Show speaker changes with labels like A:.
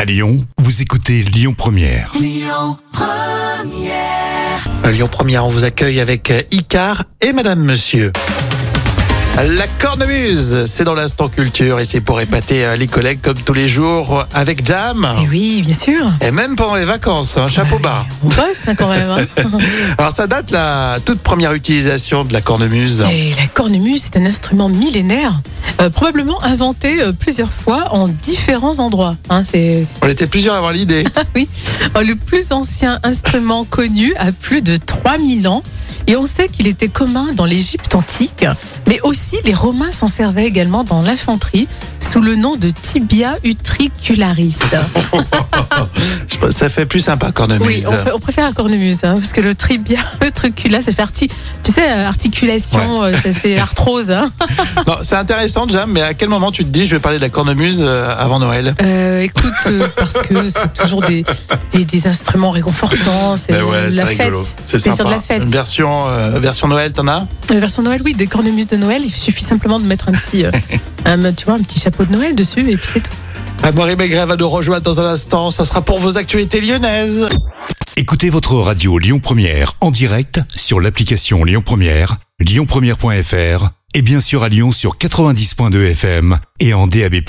A: À Lyon, vous écoutez Lyon Première.
B: Lyon Première, on vous accueille avec euh, Icar et Madame Monsieur. La cornemuse, c'est dans l'instant culture et c'est pour épater euh, les collègues comme tous les jours euh, avec Jam
C: Et Eh oui, bien sûr.
B: et même pendant les vacances, hein, chapeau bas.
C: On bosse hein, quand même. hein.
B: Alors ça date la toute première utilisation de la cornemuse.
C: Et la cornemuse, c'est un instrument millénaire, euh, probablement inventé euh, plusieurs fois en différents endroits. hein, c'est
B: On était plusieurs à avoir l'idée.
C: euh, le plus ancien instrument connu à plus de 3000 ans. Et on sait qu'il était commun dans l'Égypte antique, mais aussi les Romains s'en servaient également dans l'infanterie sous le nom de tibia utricularis.
B: Je pense que ça fait plus sympa
C: Oui,
B: cornemuse.
C: on, pr- on préfère la cornemuse, hein, parce que le tribia, le truc là, ça fait arti- tu sais, euh, articulation, euh, ça fait arthrose. hein.
B: Non, c'est intéressant Jam, mais à quel moment tu te dis je vais parler de la cornemuse euh, avant Noël
C: Euh, écoute, euh, parce que c'est toujours des, des, des instruments réconfortants, c'est
B: Ben ouais,
C: de
B: c'est
C: Euh, la
B: rigolo.
C: fête.
B: C'est
C: C'est sur
B: sympa.
C: de la fête.
B: Une version, euh, version Noël, t'en as
C: La version Noël, oui, des cornemuses de Noël, il suffit simplement de mettre un petit, euh, un, tu vois, un petit chapeau de Noël dessus et puis c'est tout.
B: Amaury Maigret va nous rejoindre dans un instant. Ça sera pour vos actualités lyonnaises.
A: Écoutez votre radio Lyon Première en direct sur l'application Lyon Première, lyonpremière.fr et bien sûr à Lyon sur 90.2 FM et en DAB+.